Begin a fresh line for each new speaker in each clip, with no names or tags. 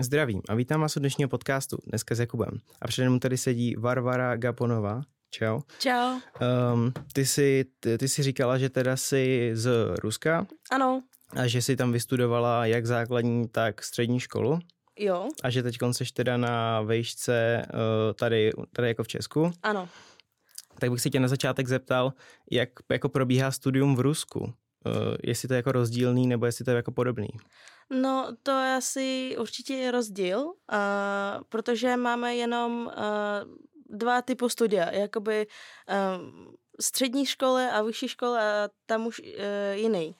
Zdravím a vítám vás u dnešního podcastu, dneska s Jakubem. A přede mnou tady sedí Varvara Gaponová. Čau.
Čau.
Um, ty, jsi, ty, ty jsi říkala, že teda jsi z Ruska
Ano,
a že jsi tam vystudovala jak základní, tak střední školu
jo,
a že teď jsi teda na vejšce eh, tady, tady jako v Česku.
ano.
Tak bych se tě na začátek zeptal, jak jako probíhá studium v Rusku. Eh, Jestli to je jako rozdílný, nebo jestli to je jako podobný.
No to je asi určitě rozdíl, uh, protože máme jenom uh, dva typy studia, jakoby um, střední škole a vyšší škola a tam už uh, jiný.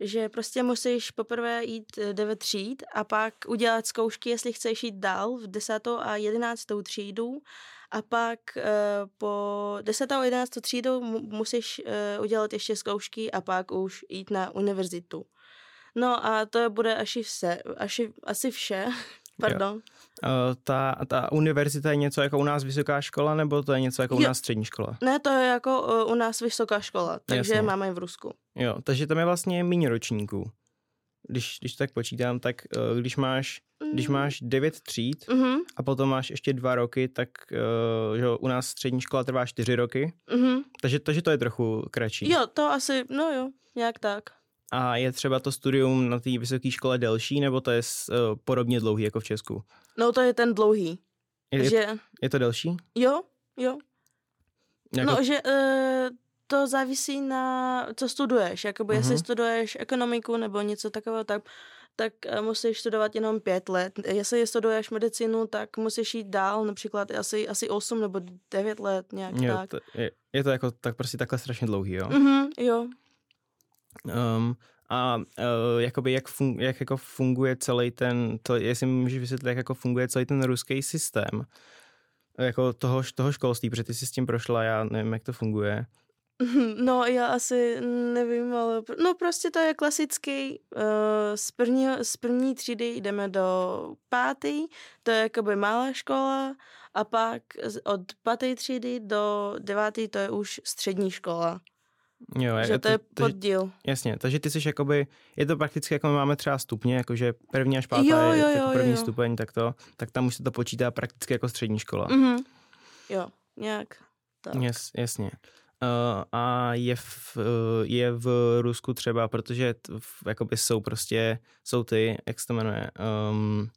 Že prostě musíš poprvé jít eh, devět tříd a pak udělat zkoušky, jestli chceš jít dál v desátou a jedenáctou třídu a pak eh, po desátou a jedenáctou třídu mu- musíš eh, udělat ještě zkoušky a pak už jít na univerzitu. No a to bude asi vše. Asi, asi vše. Pardon.
Eh, Ta, ta univerzita je něco jako u nás vysoká škola, nebo to je něco jako u
Jo.
nás střední škola?
Ne, to je jako uh, u nás vysoká škola, takže
Jasně.
máme v Rusku.
Jo, takže tam je vlastně méně ročníků. Když, když to tak počítám, tak eh, když máš, když máš devět tříd
Mm. Mhm,
a potom máš ještě dva roky, tak eh, že jo, u nás střední škola trvá čtyři roky,
mhm.
takže, takže to je trochu kratší.
Jo, to asi, no jo, nějak tak.
A je třeba to studium na té vysoké škole delší, nebo to je s, eh, podobně dlouhý jako v Česku?
No to je ten dlouhý,
Je, je,
že
je to delší?
jo, jo.
Jako,
No, že uh, to závisí na, co studuješ. Jakoby, uh-huh. jestli
Mhm.
studuješ ekonomiku nebo něco takového, tak, tak eh, musíš studovat jenom pět let. Jestli studuješ medicínu, tak musíš jít dál, například asi, asi 8 nebo 9 let, nějak
jo,
No, tak.
to, je, je to jako tak prostě takhle strašně dlouhý, jo?
Mhm, jo.
Um, a uh, jakoby jak, fun, jak jako funguje celý ten, to, jestli mi můžeš vysvětlit, jak jako funguje celý ten ruský systém jako toho, š- toho školství, protože ty jsi s tím prošla, já nevím, jak to funguje.
No, já asi nevím, ale pr- no prostě to je klasický. eh, Z první, z první třídy jdeme do pátý, to je jakoby malá škola a pak z- od páté třídy do devátý to je už střední škola.
Jo,
že to No,
takže,
je poddíl.
Jasně, takže ty jsi jakoby, je to prakticky jako my máme třeba stupně, jakože první až pátá
Jo,
je
jo,
jako
jo,
první
jo.
stupeň, tak to, tak tam už se to počítá prakticky jako střední škola.
Mhm. Jo, nějak. Tak.
Jas, jasně. Uh, a je v, uh, je v Rusku třeba, protože t, v, jakoby jsou prostě, jsou ty, jak se to jmenuje, um,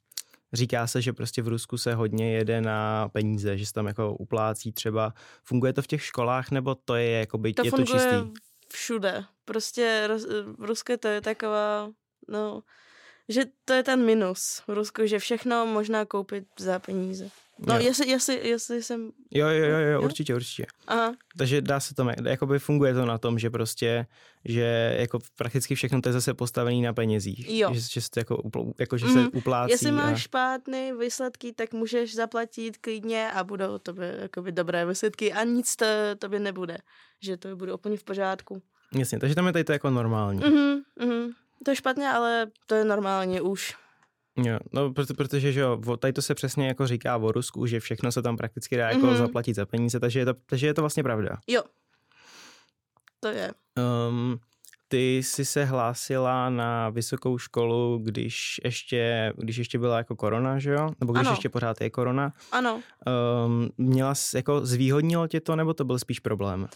říká se, že prostě v Rusku se hodně jede na peníze, že se tam jako uplácí třeba. Funguje to v těch školách, nebo to je jakoby,
To
je to
funguje
čistý?
všude. Prostě roz, v Rusku to je taková, no, že to je ten minus v Rusku, že všechno možná koupit za peníze. No,
jo.
jestli, jestli, jestli jsem...
Jo, jo, jo, jo,
jo?
určitě, určitě.
Aha,
Takže dá se to, jakoby funguje to na tom, že prostě, že jako prakticky všechno to je zase postavený na penězích.
Jo.
Že, že se to jako, upl- jako že se
Mhm.
uplácí.
jestli
a-
máš špatné výsledky, tak můžeš zaplatit klidně a budou tobě jakoby dobré výsledky a nic to, tobě nebude. Že to bude úplně v pořádku.
Jasně, takže tam je tady to jako normální.
Mhm, mhm. To je špatně, ale to je normálně už.
Jo, no, proto, protože že jo, o- tady to se přesně jako říká o Rusku, že všechno se tam prakticky dá jako
Mhm.
zaplatit za peníze, takže je to, takže je to vlastně pravda.
To je.
Um, ty jsi se hlásila na vysokou školu, když ještě, když ještě byla jako korona, že jo? Nebo když
Ano.
ještě pořád je korona.
Ano.
Um, měla jsi, jako zvýhodnilo tě to, nebo to byl spíš problém?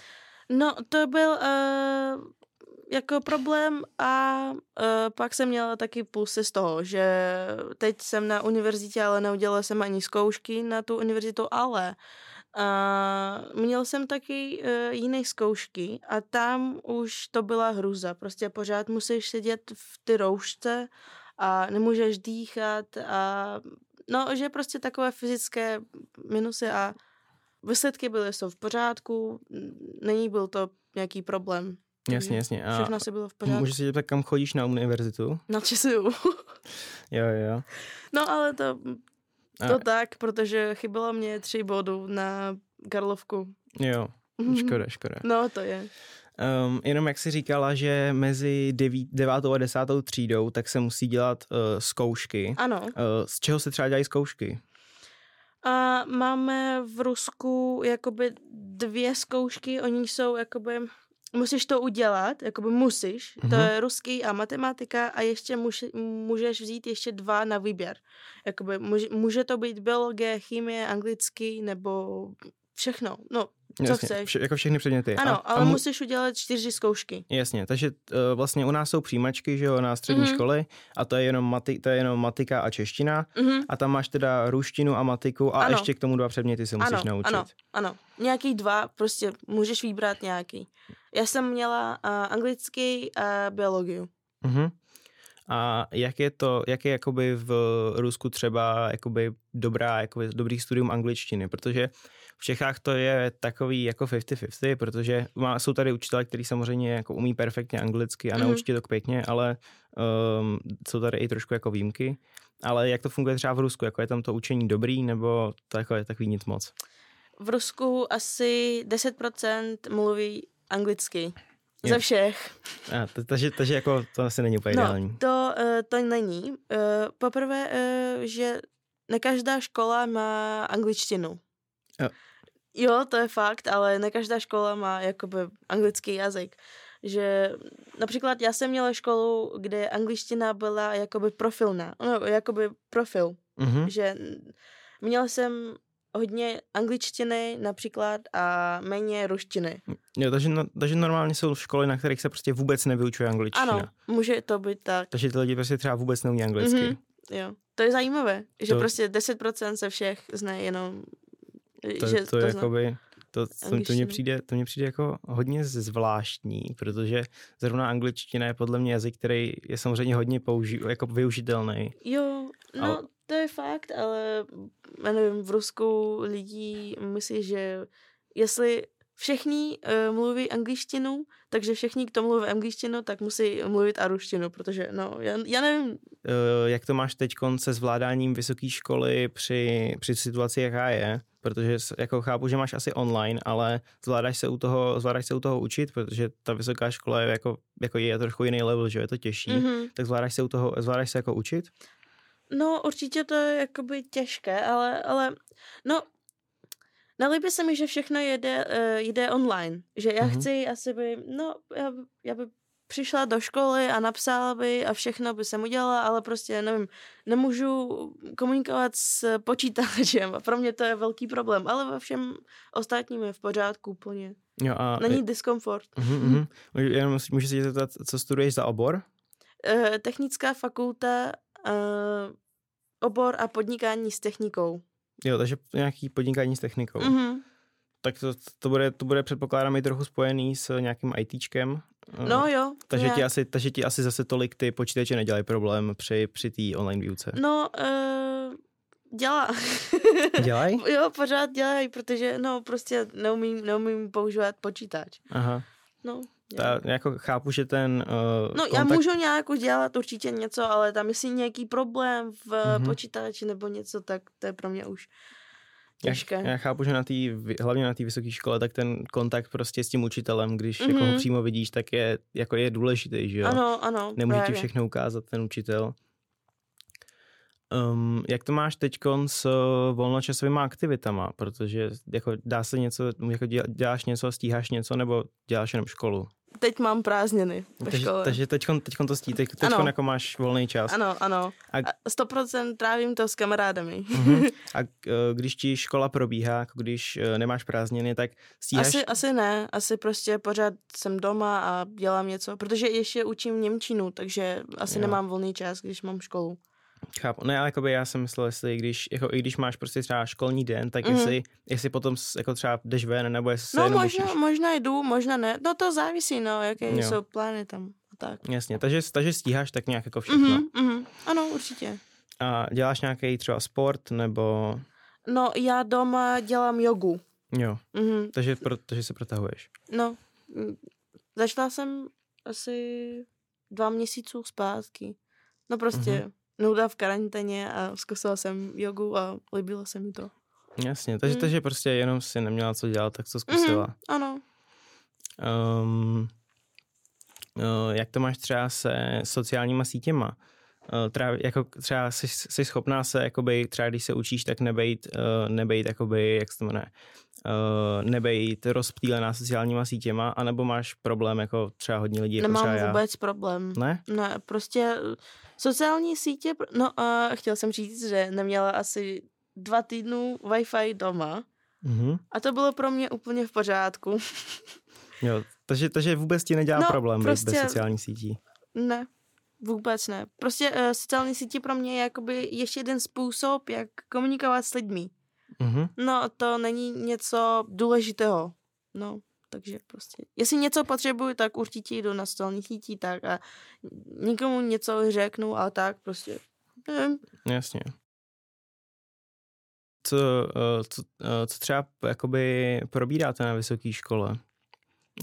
No, to byl uh, jako problém a uh, pak jsem měla taky plusy z toho, že teď jsem na univerzitě, ale neudělala jsem ani zkoušky na tu univerzitu, ale uh, měl jsem taky uh, jiné zkoušky a tam už to byla hruza. Prostě pořád musíš sedět v ty roušce a nemůžeš dýchat a no, že prostě takové fyzické minusy a Výsledky byly jsou v pořádku, n- není byl to nějaký problém.
Jasně, jasně. A
Všechno se bylo v pořádku.
můžu se tě tak, kam chodíš na univerzitu?
Na ČSU.
Jo, jo.
No ale to, to
A,
tak, protože chybělo mě tři bodů na Karlovku.
jo, škoda, škoda.
No to je.
Um, jenom jak jsi říkala, že mezi deví, devátou a desátou třídou tak se musí dělat uh, zkoušky.
Ano.
Uh, z čeho se třeba dělají zkoušky?
A máme v Rusku jakoby dvě zkoušky, oni jsou jakoby musíš to udělat, jakoby musíš, to
Mhm.
je ruský a matematika a ještě muž, můžeš vzít ještě dva na výběr. Jakoby může, může to být biologie, chemie, anglický nebo všechno, no co chceš.
vše, jako všechny předměty.
ano,
a,
ale
a mu,
musíš udělat čtyři zkoušky.
Jasně, takže eh, vlastně u nás jsou přijímačky, že jo, na střední
Mhm.
školy a to je jenom, mati, to je jenom matika a čeština
Mhm.
a tam máš teda ruštinu a matiku a
Ano.
ještě k tomu dva předměty se musíš
ano,
naučit.
Ano, ano. Nějaký dva, prostě můžeš vybrat nějaký. Já jsem měla uh, anglický a biologii.
Mhm. A jak je to, jak je jakoby v Rusku třeba jakoby dobrá, jakoby dobrý studium angličtiny, protože v Čechách to je takový jako 50-50, protože má, jsou tady učitelé, kteří samozřejmě jako umí perfektně anglicky a
Mhm.
naučí tě to pěkně, ale um, jsou tady i trošku jako výjimky. Ale jak to funguje třeba v Rusku, jako je tam to učení dobrý, nebo to jako je takový nic moc?
V Rusku asi 10% mluví anglicky. Ze
Jo.
všech.
A, t- takže, takže jako to asi není úplně
No,
ideální.
to, eh, to není. Eh, Poprvé, eh, že ne každá škola má angličtinu.
Jo.
Jo, to je fakt, ale ne každá škola má jakoby anglický jazyk. Že například já jsem měla školu, kde angličtina byla jakoby profilná. No, jakoby profil.
Mhm.
Že měla jsem hodně angličtiny například a méně ruštiny.
Jo, takže, no, takže normálně jsou školy, na kterých se prostě vůbec nevyučuje angličtina.
Ano, může to být tak.
Takže ty lidi prostě třeba vůbec neumí anglicky.
Mhm. Jo. To je zajímavé, že
To-
prostě 10% se všech zná jenom,
To,
že
to, to,
zná.
jakoby, to, to, to, mě
Angličtinu.
přijde, to mě přijde jako hodně zvláštní, protože zrovna angličtina je podle mě jazyk, který je samozřejmě hodně použi, jako využitelný.
Jo, no
Ale-
to je fakt, ale já nevím, v Rusku lidí myslí, že jestli všichni uh, mluví angličtinu, takže všichni, kdo mluví angličtinu, tak musí mluvit a ruštinu, protože no, já, já nevím,
Eh, Jak to máš teď se zvládáním vysoké školy při, při situaci, jaká je? Protože s- jako chápu, že máš asi online, ale zvládáš se u toho, zvládáš se u toho učit, protože ta vysoká škola je jako, jako je trochu jiný level, že jo, je to těžší. Mm-hmm.
mhm.
Tak zvládáš se u toho, zvládáš se jako učit?
No, určitě to je jakoby těžké, ale, ale no, nelíbí se mi, že všechno jede, uh, jde online. Že já
Mhm.
chci asi by, no, já, by- já by přišla do školy a napsala by a všechno by jsem udělala, ale prostě, nevím, nemůžu komunikovat s počítačem a pro mě to je velký problém, ale ve všem ostatním je v pořádku úplně.
Jo, a
Není diskomfort.
Mm-hmm. Jenom si- můžu se tě zeptat, co studuješ za obor?
Eh, technická fakulta, eh, obor a podnikání s technikou.
Jo, takže nějaký podnikání s technikou. Mm-hmm.
Mhm.
Tak to, to, bude, to bude předpokládám i trochu spojený s nějakým ITčkem. eh,
No jo.
takže,
nějak.
ti asi, takže ti asi zase tolik ty počítače nedělají problém při, při té online výuce.
No, uh, dělá.
Dělají?
jo, pořád dělají, protože no prostě neumím, neumím používat počítač.
Aha.
No, jo.
Ta, jako chápu, že ten uh,
no já
kontakt...
můžu nějak udělat určitě něco, ale tam jestli nějaký problém v
Mhm.
mm-hmm. počítači nebo něco, tak to je pro mě už těžké.
já, já chápu, že na tý, vy- hlavně na té vysoké škole, tak ten kontakt prostě s tím učitelem, když mm-hmm. jako ho
Mhm.
přímo vidíš, tak je, jako je důležitý, že jo?
Ano, ano.
Nemůže ti
právě.
všechno ukázat ten učitel. Um, jak to máš teď s eh, volnočasovýma aktivitama? Protože jako dá se něco, jako děla- děláš něco, stíháš něco, nebo děláš jenom školu?
Teď mám prázdniny ve
Takže,
škole.
takže teď to stí, teď
Ano.
jako máš volný čas.
Ano, ano.
A-
A 100% trávím to s kamarádami.
Mhm. A eh, když ti škola probíhá, jako když eh, nemáš prázdniny, tak stíháš...
Asi, asi ne, asi prostě pořád jsem doma a dělám něco, protože ještě učím Němčinu, takže asi
Jo.
jo. nemám volný čas, když mám školu.
Chápu. Ne, ale jakoby já jsem myslel, jestli když, jako, i když máš prostě třeba školní den, tak
Mhm.
jestli, jestli potom s- jako třeba jdeš ven, nebo jestli se
No
jenom
možná,
učíš.
možná jdu, možná ne, no to závisí, no, jaké
Jo.
jo. jsou plány tam a tak.
Jasně, takže, takže stíháš tak nějak jako všechno.
Mhm, mhm. Ano, určitě.
A děláš nějaký třeba sport, nebo...
No já doma dělám jogu.
Jo,
Mhm.
takže, pro, takže se protahuješ.
No, mm. začala jsem asi dva měsíců zpátky. No prostě,
Mhm.
mm-hmm. nuda v karanténě a zkusila jsem jogu a líbilo se mi to.
Jasně, takže,
Mm.
takže prostě jenom si neměla co dělat, tak to zkusila. Ehm,
Ano. Mhm.
eh, Um, uh, jak to máš třeba se sociálníma sítěma? eh, Třeba, jako třeba jsi, jsi schopná se, jakoby, třeba když se učíš, tak nebejt, eh, nebejt jakoby, jak se to jmenuje, eh, nebejt rozptýlená sociálníma sítěma, anebo máš problém, jako třeba hodně lidí, jako
Nemám
třeba já. No.
vůbec problém.
Ne?
Ne, prostě sociální sítě, pr- no a chtěl jsem říct, že neměla asi dva týdnů Wi-Fi doma
Mhm.
a to bylo pro mě úplně v pořádku.
Jo, takže, takže vůbec ti nedělá
No,
problém prostě... bez
prostě-
sociálních sítí.
Ne, vůbec ne. Prostě uh, sociální sítě pro mě je jakoby ještě jeden způsob, jak komunikovat s lidmi.
Mhm.
No, to není něco důležitého. No, takže prostě. Jestli něco potřebuju, tak určitě jdu na sociální sítí, tak a nikomu něco řeknu a tak prostě. Nevím.
Jasně. Co, eh, co, eh, co třeba jakoby probíráte na vysoké škole?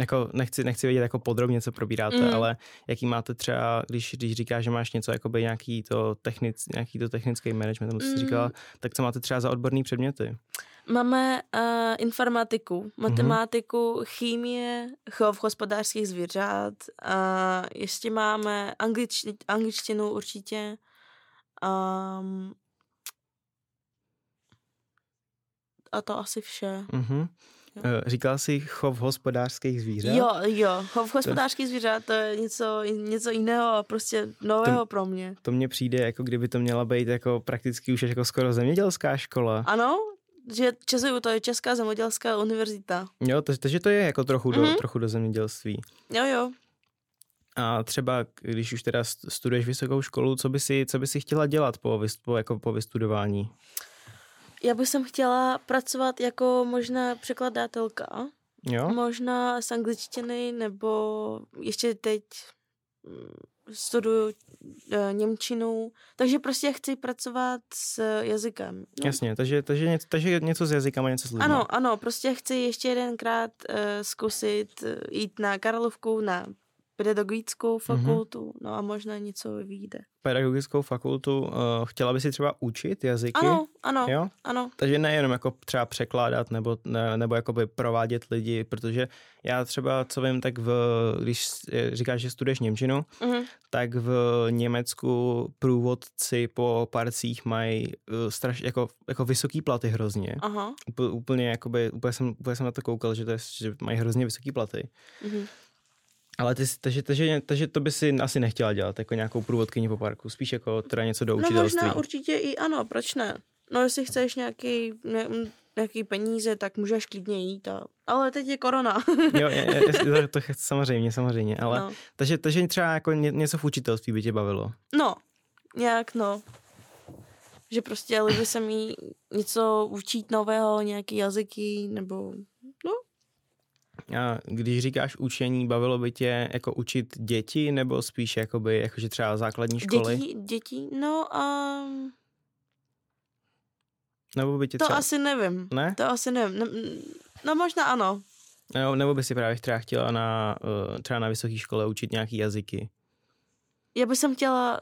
Jako nechci, nechci vědět jako podrobně, co probíráte, mm.
Mm.
ale jaký máte třeba, když, když říkáš, že máš něco, jakoby nějaký to, technic, nějaký to technický management, nebo co jsi
Mm.
říkala, tak co máte třeba za odborný předměty?
Máme uh, informatiku, matematiku, mm-hmm. chýmie, chov hospodářských zvířat, uh, ještě máme anglič, angličtinu určitě. Um, a to asi vše.
Mhm.
Jo.
Eh, Říkala jsi chov hospodářských zvířat?
Jo, jo, chov hospodářských zvířat, to je něco, něco jiného a prostě nového pro mě.
To mně přijde, jako kdyby to měla být jako prakticky už až jako skoro zemědělská škola.
Ano, že ČSU, to je Česká zemědělská univerzita.
Jo, to- takže to je jako trochu do,
Mhm.
trochu do zemědělství.
Jo, jo.
A třeba, když už teda st- studuješ vysokou školu, co by si, co by si chtěla dělat po, vys- po, jako po vystudování?
Já bych sem chtěla pracovat jako možná překladatelka.
Jo?
No. Možná z angličtiny, nebo ještě teď mm, studuju eh, Němčinu. Takže prostě chci pracovat s jazykem. No.
Jasně, takže, takže, něco, takže něco s jazykama, něco s lidmi.
Ano, ano, prostě chci ještě jedenkrát uh, zkusit eh, jít na Karlovku, na pedagogickou
Mhm.
fakultu, mm-hmm. no a možná něco vyjde.
Pedagogickou fakultu, uh, chtěla by si třeba učit jazyky?
Ano, ano,
Jo?
ano.
Takže nejenom jako třeba překládat nebo, ne, nebo jakoby provádět lidi, protože já třeba, co vím, tak v, když eh, říkáš, že studuješ Němčinu,
Mhm.
tak v Německu průvodci po parcích mají eh, straš, jako, jako vysoký platy hrozně.
Aha.
Úpl- úplně, jakoby, úplně, jsem, úplně jsem na to koukal, že, to je, že mají hrozně vysoký platy.
Mhm.
Ale ty, si- takže, takže, takže to by si asi nechtěla dělat, jako nějakou průvodkyni po parku, spíš jako teda něco do
No
učitelství.
možná určitě i ano, proč ne? No jestli chceš nějaký, ne, nějaký peníze, tak můžeš klidně jít. A... Ale teď je korona.
jo, je, je, je, to, to chci- samozřejmě, samozřejmě, ale no.
no.
takže, takže třeba jako ně, něco v učitelství by tě bavilo.
no, nějak no. Že prostě líbí se mi něco učit nového, nějaký jazyky, nebo
A když říkáš učení, bavilo by tě jako učit děti, nebo spíš jakoby, jakože třeba základní školy?
děti, děti. No a
Nebo by tě
to
třeba...
asi nevím.
Ne?
To asi nevím. Ne, no možná ano.
Nebo, nebo by si právě třeba chtěla na, eh, třeba na vysoké škole učit nějaký jazyky?
Já bych jsem chtěla,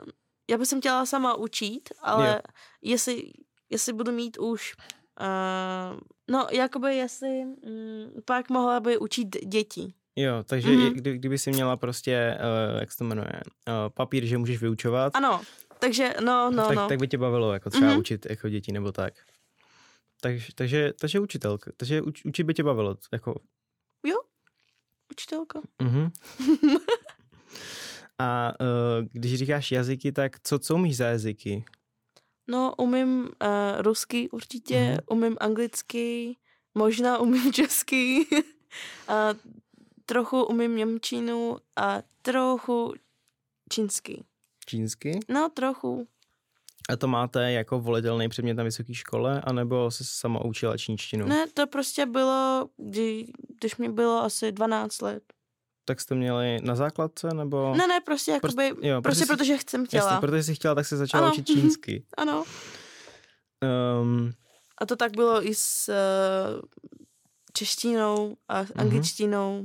já bych jsem chtěla sama učit, ale
Jo.
jestli, jestli budu mít už, uh, no jakoby jestli mm, pak mohla by učit děti.
Jo, takže
Mhm.
mm-hmm. kdy, kdyby si měla prostě, uh, jak se to jmenuje, uh, papír, že můžeš vyučovat,
Ano, takže no, no,
tak,
no.
tak by tě bavilo jako třeba mm-hmm.
Mhm.
učit jako děti nebo tak. Takže, takže, takže učitelka, takže uč, učit by tě bavilo, jako,
Učitelka.
mhm. A uh, když říkáš jazyky, tak co, co umíš za jazyky?
No, umím uh, rusky určitě,
Mhm.
umím anglicky, možná umím česky, a trochu umím němčinu a trochu čínsky.
Čínsky?
No, trochu.
A to máte jako volitelný předmět na vysoké škole, anebo se sama učila čínštinu?
Ne, to prostě bylo, kdy, když mi bylo asi 12 let.
Tak jste měli na základce, nebo?
Ne, ne, prostě
Prostě-
jakoby,
jo,
prostě,
protože
prostě
si-
protože chcem chtěla.
Jasně, protože jsi chtěla, tak se začala
Ano,
učit
mhm.
čínsky.
Ano.
Um,
A to tak bylo i s uh, češtinou a
Mhm.
s angličtinou.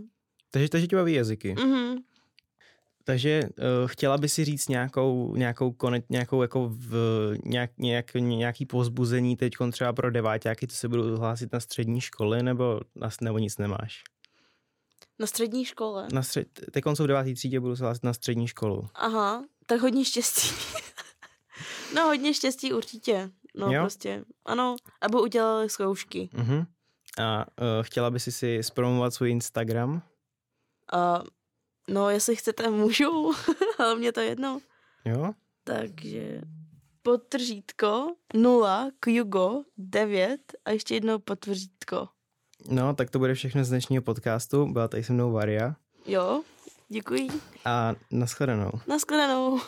takže, takže tě baví jazyky.
Mhm.
Takže uh, chtěla by si říct nějakou, nějakou, kone, nějakou jako v, nějak, nějak, nějaký pozbuzení teď třeba pro deváťáky, co se budou hlásit na střední školy, nebo, na, nebo nic nemáš?
Na střední škole.
No. Na střed, teď jsou v devátý třídě, budou se hlásit na střední školu.
Aha, tak hodně štěstí. No hodně štěstí určitě. No
Jo?
jo? prostě, ano, aby udělali zkoušky.
Uh-huh. A uh, chtěla by si si zpromovat svůj Instagram?
A, no, jestli chcete, můžu, ale mě to jedno.
Jo?
Takže potržítko 0, Kjugo 9 a ještě jedno potržítko.
No, tak to bude všechno z dnešního podcastu. Byla tady se mnou Varia
Jo, děkuji.
a nashledanou.
Naschledanou.